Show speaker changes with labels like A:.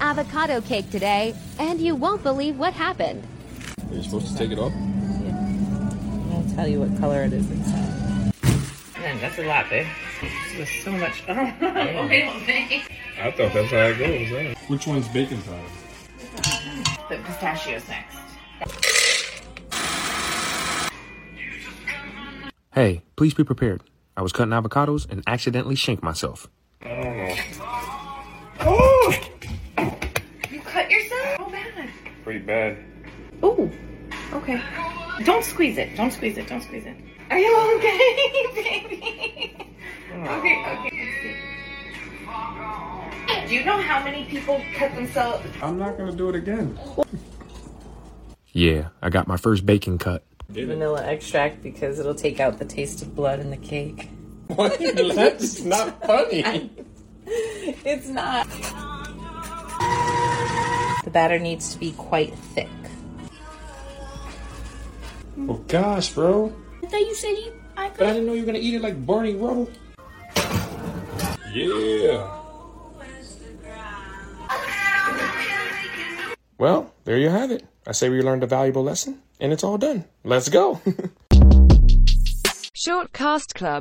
A: avocado cake today, and you won't believe what happened.
B: Are you supposed to take it off?
C: I'll tell you what color it is inside.
D: Man, that's a lot, babe. There's so much. oil, babe.
B: I thought that's how it goes. huh? Which one's bacon powder?
D: The pistachios next.
E: Hey, please be prepared. I was cutting avocados and accidentally shanked myself.
B: I don't know.
D: You cut yourself? Oh man.
B: Pretty bad.
D: Ooh. Okay. Don't squeeze it. Don't squeeze it. Don't squeeze it. Are you okay, baby? Okay. Okay. let's see. Do you know how many people cut themselves?
B: I'm not gonna do it again.
E: Yeah, I got my first bacon cut.
C: Vanilla extract because it'll take out the taste of blood in the cake.
B: What? That's not funny.
C: It's not. The batter needs to be quite thick.
B: Oh gosh, bro.
F: I thought you said you.
B: But
F: I
B: I
F: could.
B: didn't know you were gonna eat it like Barney Rubble. Yeah. Well, there you have it. I say we learned a valuable lesson, and it's all done. Let's go.
G: Shortcast Club